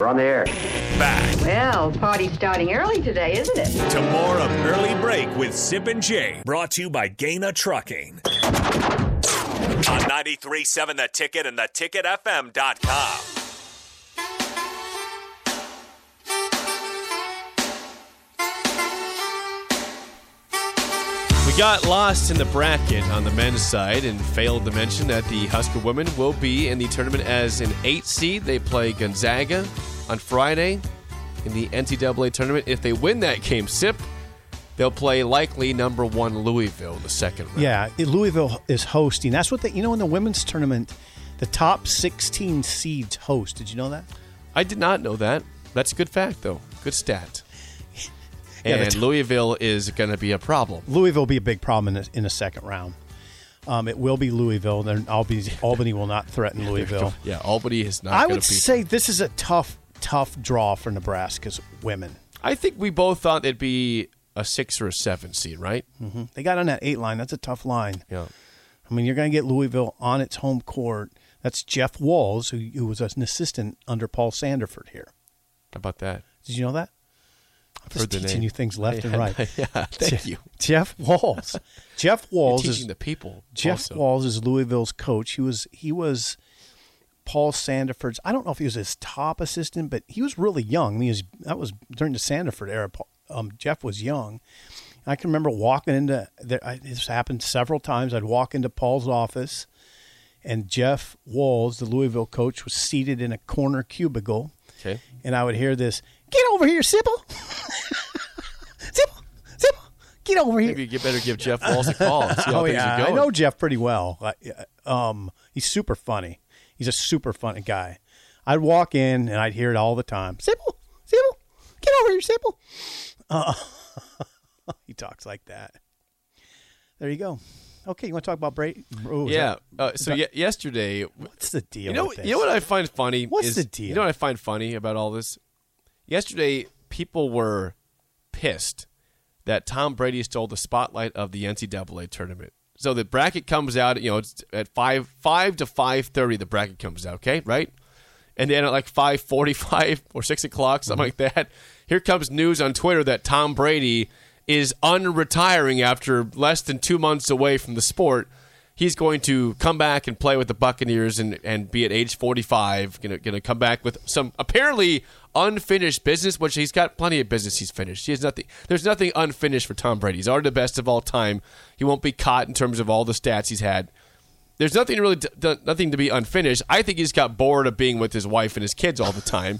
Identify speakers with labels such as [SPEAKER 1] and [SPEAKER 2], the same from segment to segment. [SPEAKER 1] We're on the air.
[SPEAKER 2] Back
[SPEAKER 3] Well, party's starting early today, isn't it?
[SPEAKER 2] to more of Early Break with Sip and Jay, brought to you by Gaina Trucking. On 93.7 The Ticket and theticketfm.com.
[SPEAKER 4] We got lost in the bracket on the men's side and failed to mention that the Husker women will be in the tournament as an eight seed. They play Gonzaga on Friday in the NCAA tournament. If they win that game, SIP, they'll play likely number one Louisville in the second round.
[SPEAKER 5] Yeah, it- Louisville is hosting. That's what they, you know, in the women's tournament, the top 16 seeds host. Did you know that?
[SPEAKER 4] I did not know that. That's a good fact, though. Good stat.
[SPEAKER 5] Yeah, the
[SPEAKER 4] and
[SPEAKER 5] t-
[SPEAKER 4] Louisville is going to be a problem.
[SPEAKER 5] Louisville will be a big problem in the, in the second round. Um, it will be Louisville. Then Albany, Albany will not threaten Louisville.
[SPEAKER 4] Yeah, Albany is not.
[SPEAKER 5] I
[SPEAKER 4] gonna
[SPEAKER 5] would
[SPEAKER 4] beat
[SPEAKER 5] say this is a tough, tough draw for Nebraska's women.
[SPEAKER 4] I think we both thought it'd be a six or a seven seed, right?
[SPEAKER 5] They got on that eight line. That's a tough line.
[SPEAKER 4] Yeah.
[SPEAKER 5] I mean, you're going to get Louisville on its home court. That's Jeff Walls, who, who was an assistant under Paul Sanderford here.
[SPEAKER 4] How about that?
[SPEAKER 5] Did you know that? I'm
[SPEAKER 4] heard
[SPEAKER 5] just
[SPEAKER 4] the
[SPEAKER 5] teaching
[SPEAKER 4] name.
[SPEAKER 5] you things left and right.
[SPEAKER 4] yeah, thank you.
[SPEAKER 5] Jeff Walls. Jeff Walls
[SPEAKER 4] You're
[SPEAKER 5] is
[SPEAKER 4] teaching the people.
[SPEAKER 5] Jeff
[SPEAKER 4] also.
[SPEAKER 5] Walls is Louisville's coach. He was he was Paul Sandiford's. I don't know if he was his top assistant, but he was really young. I mean, he was, that was during the Sandiford era. Paul- Um, Jeff was young. I can remember walking into there. I, this happened several times. I'd walk into Paul's office, and Jeff Walls, the Louisville coach, was seated in a corner cubicle,
[SPEAKER 4] Okay.
[SPEAKER 5] and I would hear this: "Get over here, Sybil! Sybil, Sybil, get over here!"
[SPEAKER 4] Maybe you better give Jeff Walls a call. and See how
[SPEAKER 5] oh
[SPEAKER 4] things
[SPEAKER 5] yeah,
[SPEAKER 4] are
[SPEAKER 5] I
[SPEAKER 4] going.
[SPEAKER 5] know Jeff pretty well. I- Um, he's super funny. He's a super funny guy. I'd walk in and I'd hear it all the time. Sybil, Sybil, get over here, Sybil. Uh, he talks like that. There you go. Okay, you want to talk about Brady?
[SPEAKER 4] Yeah. Uh, so ye- yesterday,
[SPEAKER 5] what's the deal?
[SPEAKER 4] you know,
[SPEAKER 5] with this?
[SPEAKER 4] you know what I find funny.
[SPEAKER 5] What's
[SPEAKER 4] is-
[SPEAKER 5] the deal?
[SPEAKER 4] You know what I find funny about all this? Yesterday, people were pissed that Tom Brady stole the spotlight of the NCAA tournament. So the bracket comes out. You know, it's at five five to five thirty. The bracket comes out. Okay, right? And then at like five forty-five or six o'clock, something
[SPEAKER 5] Mm-hmm.
[SPEAKER 4] like that. Here comes news on Twitter that Tom Brady is unretiring after less than two months away from the sport. He's going to come back and play with the Buccaneers and, and be at age forty-five. Gonna gonna come back with some apparently unfinished business, which he's got plenty of business he's finished. He has nothing. There's nothing unfinished for Tom Brady. He's already the best of all time. He won't be caught in terms of all the stats he's had there's nothing really d- d- nothing to be unfinished. I think he's got bored of being with his wife and his kids all the time,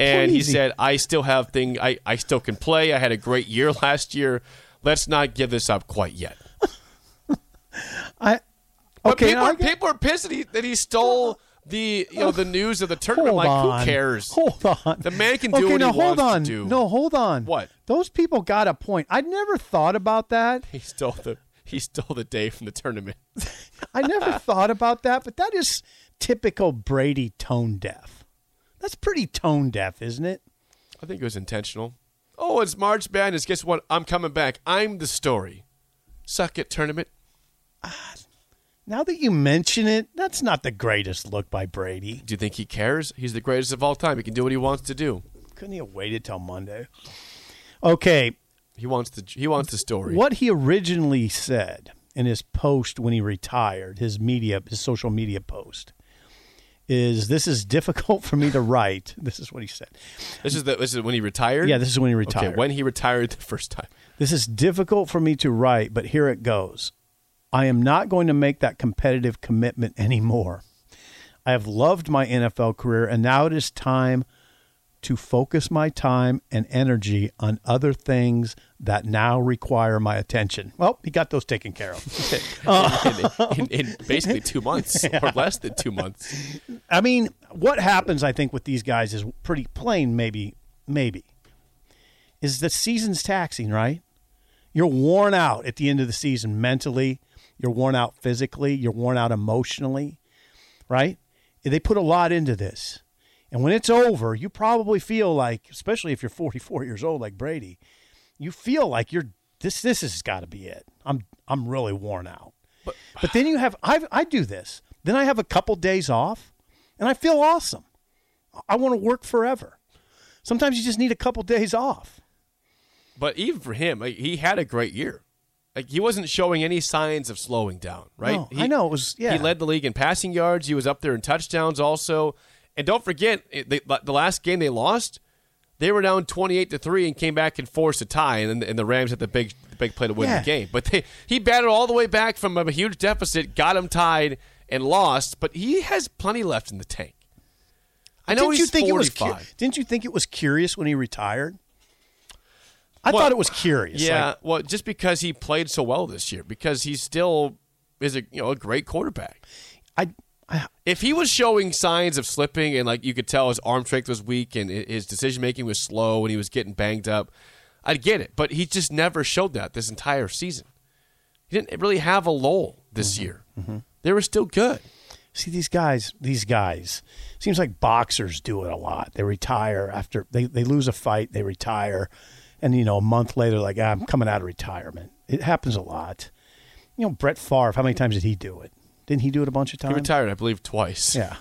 [SPEAKER 4] and he
[SPEAKER 5] Crazy.
[SPEAKER 4] said, "I still have thing. I I still can play. I had a great year last year. Let's not give this up quite yet."
[SPEAKER 5] I
[SPEAKER 4] But
[SPEAKER 5] okay.
[SPEAKER 4] people,
[SPEAKER 5] I
[SPEAKER 4] are,
[SPEAKER 5] get-
[SPEAKER 4] people are pissed that he, that he stole the you know the news of the tournament.
[SPEAKER 5] hold
[SPEAKER 4] Like
[SPEAKER 5] on.
[SPEAKER 4] who cares?
[SPEAKER 5] Hold on.
[SPEAKER 4] The man can do
[SPEAKER 5] okay,
[SPEAKER 4] what
[SPEAKER 5] now
[SPEAKER 4] he
[SPEAKER 5] hold
[SPEAKER 4] wants to
[SPEAKER 5] on.
[SPEAKER 4] do.
[SPEAKER 5] No, hold on.
[SPEAKER 4] What?
[SPEAKER 5] Those people got a point. I never thought about that.
[SPEAKER 4] He stole the he stole the day from the tournament.
[SPEAKER 5] I never thought about that, but that is typical Brady tone deaf. That's pretty tone deaf, isn't it?
[SPEAKER 4] I think it was intentional. Oh, it's March Madness. Guess what? I'm coming back. I'm the story. Suck it, tournament.
[SPEAKER 5] Now that you mention it, that's not the greatest look by Brady.
[SPEAKER 4] Do you think he cares? He's the greatest of all time. He can do what he wants to do.
[SPEAKER 5] Couldn't he have waited till Monday? Okay,
[SPEAKER 4] He wants the he wants the story.
[SPEAKER 5] what he originally said in his post when he retired, his media, his social media post, is this is difficult for me to write. This is what he said.
[SPEAKER 4] This is the this is when he retired.
[SPEAKER 5] Yeah, this is when he retired.
[SPEAKER 4] Okay, when he retired the first time.
[SPEAKER 5] This is difficult for me to write, but here it goes. I am not going to make that competitive commitment anymore. I have loved my NFL career, and now it is time to focus my time and energy on other things that now require my attention. Well, he got those taken care of. Oh.
[SPEAKER 4] in, in, in basically two months or less than two months.
[SPEAKER 5] I mean, what happens, I think, with these guys is pretty plain, maybe, maybe, is the season's taxing, right? You're worn out at the end of the season mentally, you're worn out physically, you're worn out emotionally, right? They put a lot into this. And when it's over, you probably feel like, especially if you're 44 years old like Brady, you feel like you're this this has got to be it. I'm I'm really worn out. But, but then you have I I do this. Then I have a couple days off and I feel awesome. I want to work forever. Sometimes you just need a couple days off.
[SPEAKER 4] But even for him, like, he had a great year. Like he wasn't showing any signs of slowing down, right?
[SPEAKER 5] No,
[SPEAKER 4] he,
[SPEAKER 5] I know, it was- yeah.
[SPEAKER 4] He led the league in passing yards. He was up there in touchdowns also. And don't forget, it- they, the last game they lost, they were down twenty-eight to three and came back and forced a tie, and, then- and the Rams had the big, the big play to win
[SPEAKER 5] Yeah.
[SPEAKER 4] the game. But they, he batted all the way back from a huge deficit, got him tied, and lost. But he has plenty left in the tank. I know
[SPEAKER 5] didn't
[SPEAKER 4] he's
[SPEAKER 5] you think
[SPEAKER 4] forty-five.
[SPEAKER 5] it was? cu- Didn't you think it was curious when he retired? I
[SPEAKER 4] Well,
[SPEAKER 5] thought it was curious.
[SPEAKER 4] Yeah,
[SPEAKER 5] like,
[SPEAKER 4] well, just because he played so well this year, because he still is a you know a great quarterback.
[SPEAKER 5] I, I
[SPEAKER 4] If he was showing signs of slipping and like you could tell his arm strength was weak and i- his decision making was slow and he was getting banged up, I'd get it. But he just never showed that this entire season. He didn't really have a lull this
[SPEAKER 5] Mm-hmm.
[SPEAKER 4] year. They were still good.
[SPEAKER 5] see these guys. These guys seems like boxers do it a lot. They retire after they they lose a fight. They retire, and you know a month later, like "Ah, I'm coming out of retirement. It happens a lot. You know Brett Favre. How many times did he do it? Didn't he do it a bunch of
[SPEAKER 4] He
[SPEAKER 5] times?
[SPEAKER 4] retired, I believe, twice.
[SPEAKER 5] Yeah.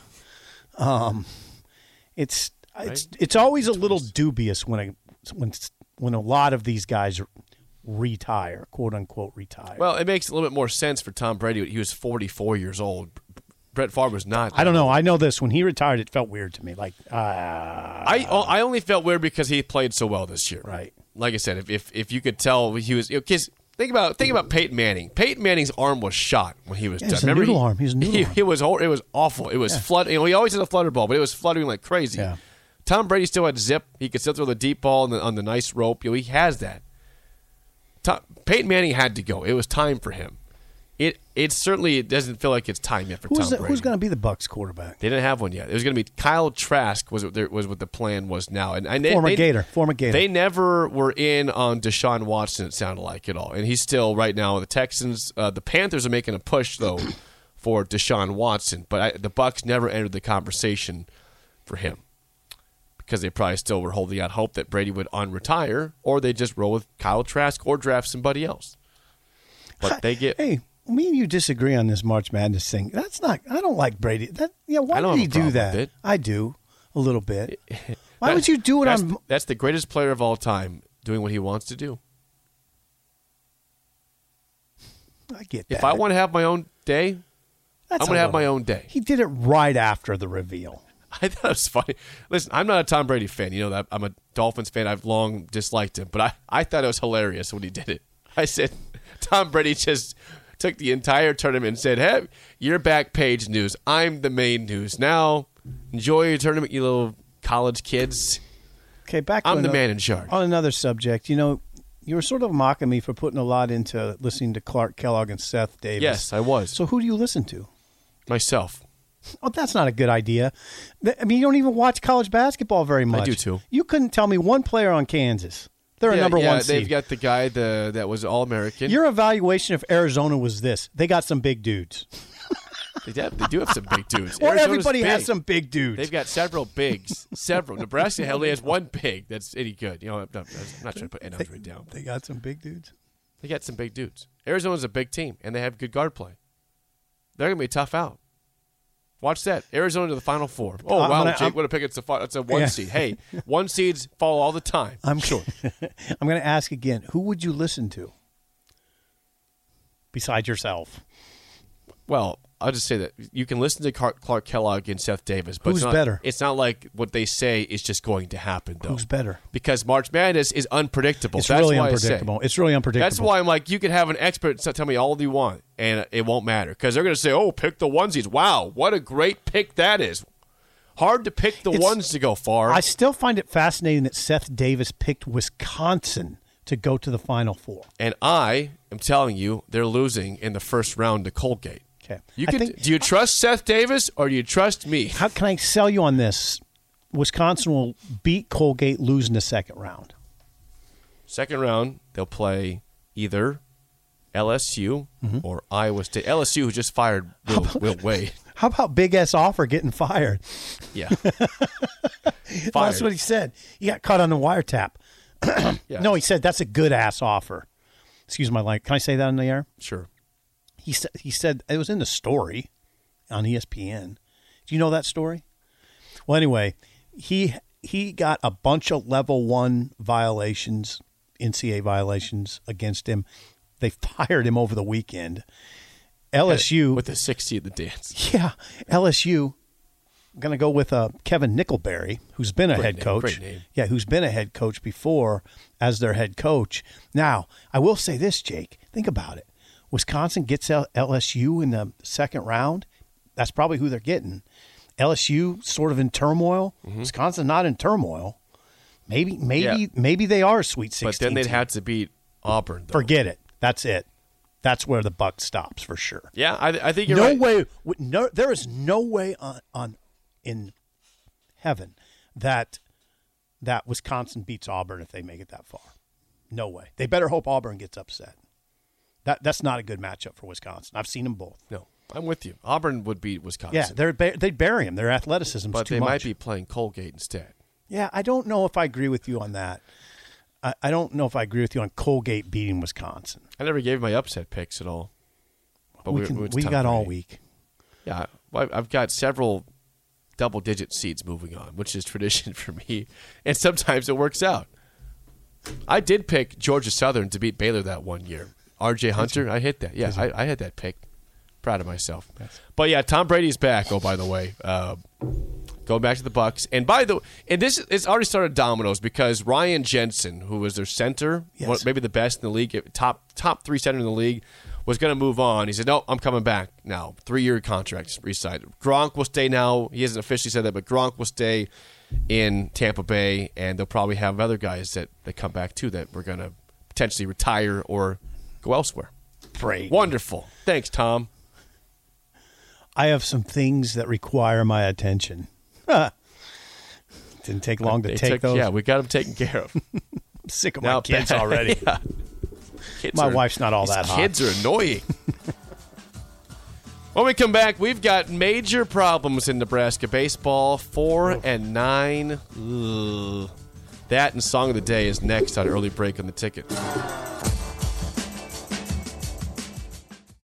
[SPEAKER 5] Um, it's it's it's always a little dubious when a when when a lot of these guys retire, quote unquote retire.
[SPEAKER 4] Well, it makes a little bit more sense for Tom Brady. He was 44 years old. Brett Favre was not.
[SPEAKER 5] I don't know. I know this. When he retired, it felt weird to me. Like, ah,
[SPEAKER 4] I I only felt weird because he played so well this year.
[SPEAKER 5] Right.
[SPEAKER 4] Like I said, if if, if you could tell he was because think about think about Peyton Manning. Peyton Manning's arm was shot when he was
[SPEAKER 5] Yeah,
[SPEAKER 4] done.
[SPEAKER 5] it's a
[SPEAKER 4] Remember
[SPEAKER 5] noodle
[SPEAKER 4] he,
[SPEAKER 5] arm. He was a noodle
[SPEAKER 4] he,
[SPEAKER 5] arm.
[SPEAKER 4] he was hor- it was awful. It was flood. You know, he always had a flutter ball, but it was fluttering like crazy.
[SPEAKER 5] Yeah.
[SPEAKER 4] Tom Brady still had zip. He could still throw the deep ball on the, on the nice rope. You know, he has that. Tom, Peyton Manning had to go. It was time for him. It it certainly it doesn't feel like it's time yet for
[SPEAKER 5] who's
[SPEAKER 4] Tom
[SPEAKER 5] the,
[SPEAKER 4] Brady.
[SPEAKER 5] who's going to be the Bucks quarterback?
[SPEAKER 4] They didn't have one yet. It was going to be Kyle Trask was what their- was what the plan was now, and, and they,
[SPEAKER 5] Former
[SPEAKER 4] they-
[SPEAKER 5] Gator. Former Gator.
[SPEAKER 4] They never were in on Deshaun Watson. It sounded like at all, and he's still right now with the Texans. Uh, the Panthers are making a push though for Deshaun Watson, but I, the Bucks never entered the conversation for him because they probably still were holding out hope that Brady would unretire, or they just roll with Kyle Trask or draft somebody else. But they get
[SPEAKER 5] Hey, me and you disagree on this March Madness thing. That's not. I don't like Brady. That yeah. Why
[SPEAKER 4] I don't have
[SPEAKER 5] did he
[SPEAKER 4] a
[SPEAKER 5] do
[SPEAKER 4] problem
[SPEAKER 5] that?
[SPEAKER 4] with it.
[SPEAKER 5] I do a little bit. Why
[SPEAKER 4] That-
[SPEAKER 5] would you do it
[SPEAKER 4] that's,
[SPEAKER 5] on?
[SPEAKER 4] That's the greatest player of all time doing what he wants to do.
[SPEAKER 5] I get that.
[SPEAKER 4] If I want to have my own day,
[SPEAKER 5] That's
[SPEAKER 4] I'm going to
[SPEAKER 5] a
[SPEAKER 4] have my
[SPEAKER 5] little-
[SPEAKER 4] own day.
[SPEAKER 5] He did it right after the reveal.
[SPEAKER 4] I thought it was funny. Listen, I'm not a Tom Brady fan. You know that I'm a Dolphins fan. I've long disliked him, but I, I thought it was hilarious when he did it. I said, Tom Brady just took the entire tournament and said, Hey, you're back page news. I'm the main news now. Enjoy your tournament, you little college kids.
[SPEAKER 5] Okay, back.
[SPEAKER 4] I'm
[SPEAKER 5] to
[SPEAKER 4] the
[SPEAKER 5] another-
[SPEAKER 4] man in charge.
[SPEAKER 5] On another subject, you know, you were sort of mocking me for putting a lot into listening to Clark Kellogg and Seth Davis.
[SPEAKER 4] Yes, I was.
[SPEAKER 5] So who do you listen to?
[SPEAKER 4] Myself.
[SPEAKER 5] Oh, that's not a good idea. Th- I mean, you don't even watch college basketball very much.
[SPEAKER 4] do too.
[SPEAKER 5] You couldn't tell me one player on Kansas. They're a
[SPEAKER 4] Yeah,
[SPEAKER 5] number
[SPEAKER 4] yeah,
[SPEAKER 5] one
[SPEAKER 4] They've
[SPEAKER 5] seed.
[SPEAKER 4] got the guy the, that was All American.
[SPEAKER 5] Your evaluation of Arizona was this: they got some big dudes.
[SPEAKER 4] They, do- they do have some big dudes.
[SPEAKER 5] Well,
[SPEAKER 4] Arizona's
[SPEAKER 5] everybody has
[SPEAKER 4] big.
[SPEAKER 5] some big dudes.
[SPEAKER 4] They've got several bigs. several. Nebraska only has one big that's any good. You know, I'm not, I'm not trying to put N hundred down.
[SPEAKER 5] they got some big dudes.
[SPEAKER 4] They got some big dudes. Arizona's a big team, and they have good guard play. They're gonna be tough out. Watch that. Arizona to the final four. Oh
[SPEAKER 5] I'm
[SPEAKER 4] wow,
[SPEAKER 5] gonna-
[SPEAKER 4] Jake
[SPEAKER 5] I'm-
[SPEAKER 4] would have picked it's a fi- it's a one
[SPEAKER 5] Yeah.
[SPEAKER 4] seed. Hey, one seeds fall all the time.
[SPEAKER 5] I'm sure. I'm going to ask again: Who would you listen to besides yourself?
[SPEAKER 4] Well, I'll just say that you can listen to Clark, Clark Kellogg and Seth Davis, but
[SPEAKER 5] Who's
[SPEAKER 4] it's not,
[SPEAKER 5] better?
[SPEAKER 4] It's not like what they say is just going to happen, though.
[SPEAKER 5] Who's better?
[SPEAKER 4] Because March Madness is unpredictable.
[SPEAKER 5] It's
[SPEAKER 4] That's
[SPEAKER 5] really
[SPEAKER 4] why I say-
[SPEAKER 5] unpredictable. It's really unpredictable.
[SPEAKER 4] That's why I'm like, you could have an expert so- tell me all you want, and it won't matter because they're going to say, "Oh, pick the onesies." Wow, what a great pick that is! Hard to pick the
[SPEAKER 5] It's-
[SPEAKER 4] ones to go far.
[SPEAKER 5] I still find it fascinating that Seth Davis picked Wisconsin to go to the Final Four.
[SPEAKER 4] and I am telling you, they're losing in the first round to Colgate.
[SPEAKER 5] Okay.
[SPEAKER 4] You
[SPEAKER 5] I
[SPEAKER 4] could,
[SPEAKER 5] think-
[SPEAKER 4] do you trust Seth Davis or do you trust me?
[SPEAKER 5] How can I sell you on this? Wisconsin will beat Colgate, lose in the second round.
[SPEAKER 4] Second round, they'll play either LSU
[SPEAKER 5] Mm-hmm.
[SPEAKER 4] or Iowa State. LSU who just fired Will, Will Wade.
[SPEAKER 5] How about Big S offer getting fired?
[SPEAKER 4] Yeah,
[SPEAKER 5] That's what he said. He got caught on the wiretap.
[SPEAKER 4] Yeah.
[SPEAKER 5] No, he said that's a good ass offer. Excuse my language. Can I say that on the air?
[SPEAKER 4] sure.
[SPEAKER 5] He said he said it was in the E story on ESPN. Do you know that story? Well, anyway, he he got a bunch of level one violations, NCA violations against him. They fired him over the weekend. LSU
[SPEAKER 4] with a 60 at the dance.
[SPEAKER 5] yeah, LSU. I'm going to go with uh, Kevin Nickelberry, who's been a head
[SPEAKER 4] name,
[SPEAKER 5] coach.
[SPEAKER 4] great name.
[SPEAKER 5] Yeah, who's been a head coach before as their head coach. Now, I will say this, Jake. Think about it. Wisconsin gets L- LSU in the second round. That's probably who they're getting. LSU sort of in turmoil. Wisconsin not in turmoil. Maybe, maybe,
[SPEAKER 4] Mm-hmm. Yeah.
[SPEAKER 5] maybe they are a Sweet Sixteen.
[SPEAKER 4] But then they'd
[SPEAKER 5] team.
[SPEAKER 4] have to beat Auburn. Though.
[SPEAKER 5] forget it. That's it. That's where the buck stops for sure
[SPEAKER 4] Yeah, I, I think you're
[SPEAKER 5] no
[SPEAKER 4] right.
[SPEAKER 5] way. w- No, there is no way on, on in heaven that that Wisconsin beats Auburn if they make it that far. No way. They better hope Auburn gets upset. That that's not a good matchup for Wisconsin. I've seen them both.
[SPEAKER 4] No, I'm with you. Auburn would beat Wisconsin.
[SPEAKER 5] Yeah, they're ba- they bury him. Their athleticism
[SPEAKER 4] but
[SPEAKER 5] too
[SPEAKER 4] they
[SPEAKER 5] much.
[SPEAKER 4] might be playing Colgate instead.
[SPEAKER 5] Yeah, I don't know if I agree with you on that. I, I don't know if I agree with you on Colgate beating Wisconsin.
[SPEAKER 4] I never gave my upset picks at all. But
[SPEAKER 5] we
[SPEAKER 4] we,
[SPEAKER 5] can,
[SPEAKER 4] it's
[SPEAKER 5] we
[SPEAKER 4] Tom
[SPEAKER 5] got all
[SPEAKER 4] Brady.
[SPEAKER 5] week.
[SPEAKER 4] Yeah, well, I've- I've got several double-digit seeds moving on, which is tradition for me, and sometimes it works out. I did pick Georgia Southern to beat Baylor that one year. R.J. Hunter, I hit that. Yeah, I, I had that pick. Proud of myself. But yeah, Tom Brady's back. Oh, by the way, uh, going back to the Bucks, and by the and this it's already started dominoes because Ryan Jensen, who was their center,
[SPEAKER 5] Yes.
[SPEAKER 4] one- maybe the best in the league, top top three center in the league, was going to move on. He said, "No, I'm coming back now. Three year contract re-signed. Gronk will stay now. He hasn't officially said that, but Gronk will stay in Tampa Bay, and they'll probably have other guys that that come back too that we're going to potentially retire or go elsewhere.
[SPEAKER 5] Brady.
[SPEAKER 4] Wonderful. Thanks, Tom.
[SPEAKER 5] I have some things that require my attention. Didn't take long to
[SPEAKER 4] They
[SPEAKER 5] take
[SPEAKER 4] took-
[SPEAKER 5] those.
[SPEAKER 4] Yeah, we got him taken care of.
[SPEAKER 5] I'm sick of
[SPEAKER 4] Now
[SPEAKER 5] my kids
[SPEAKER 4] back-
[SPEAKER 5] already.
[SPEAKER 4] Yeah. Kids
[SPEAKER 5] My
[SPEAKER 4] are-
[SPEAKER 5] wife's not all
[SPEAKER 4] these
[SPEAKER 5] that hot.
[SPEAKER 4] Kids are annoying. when we come back, we've got major problems in Nebraska baseball. Four
[SPEAKER 5] Oh.
[SPEAKER 4] and nine. Ugh. That and song of the day is next on early break on the ticket.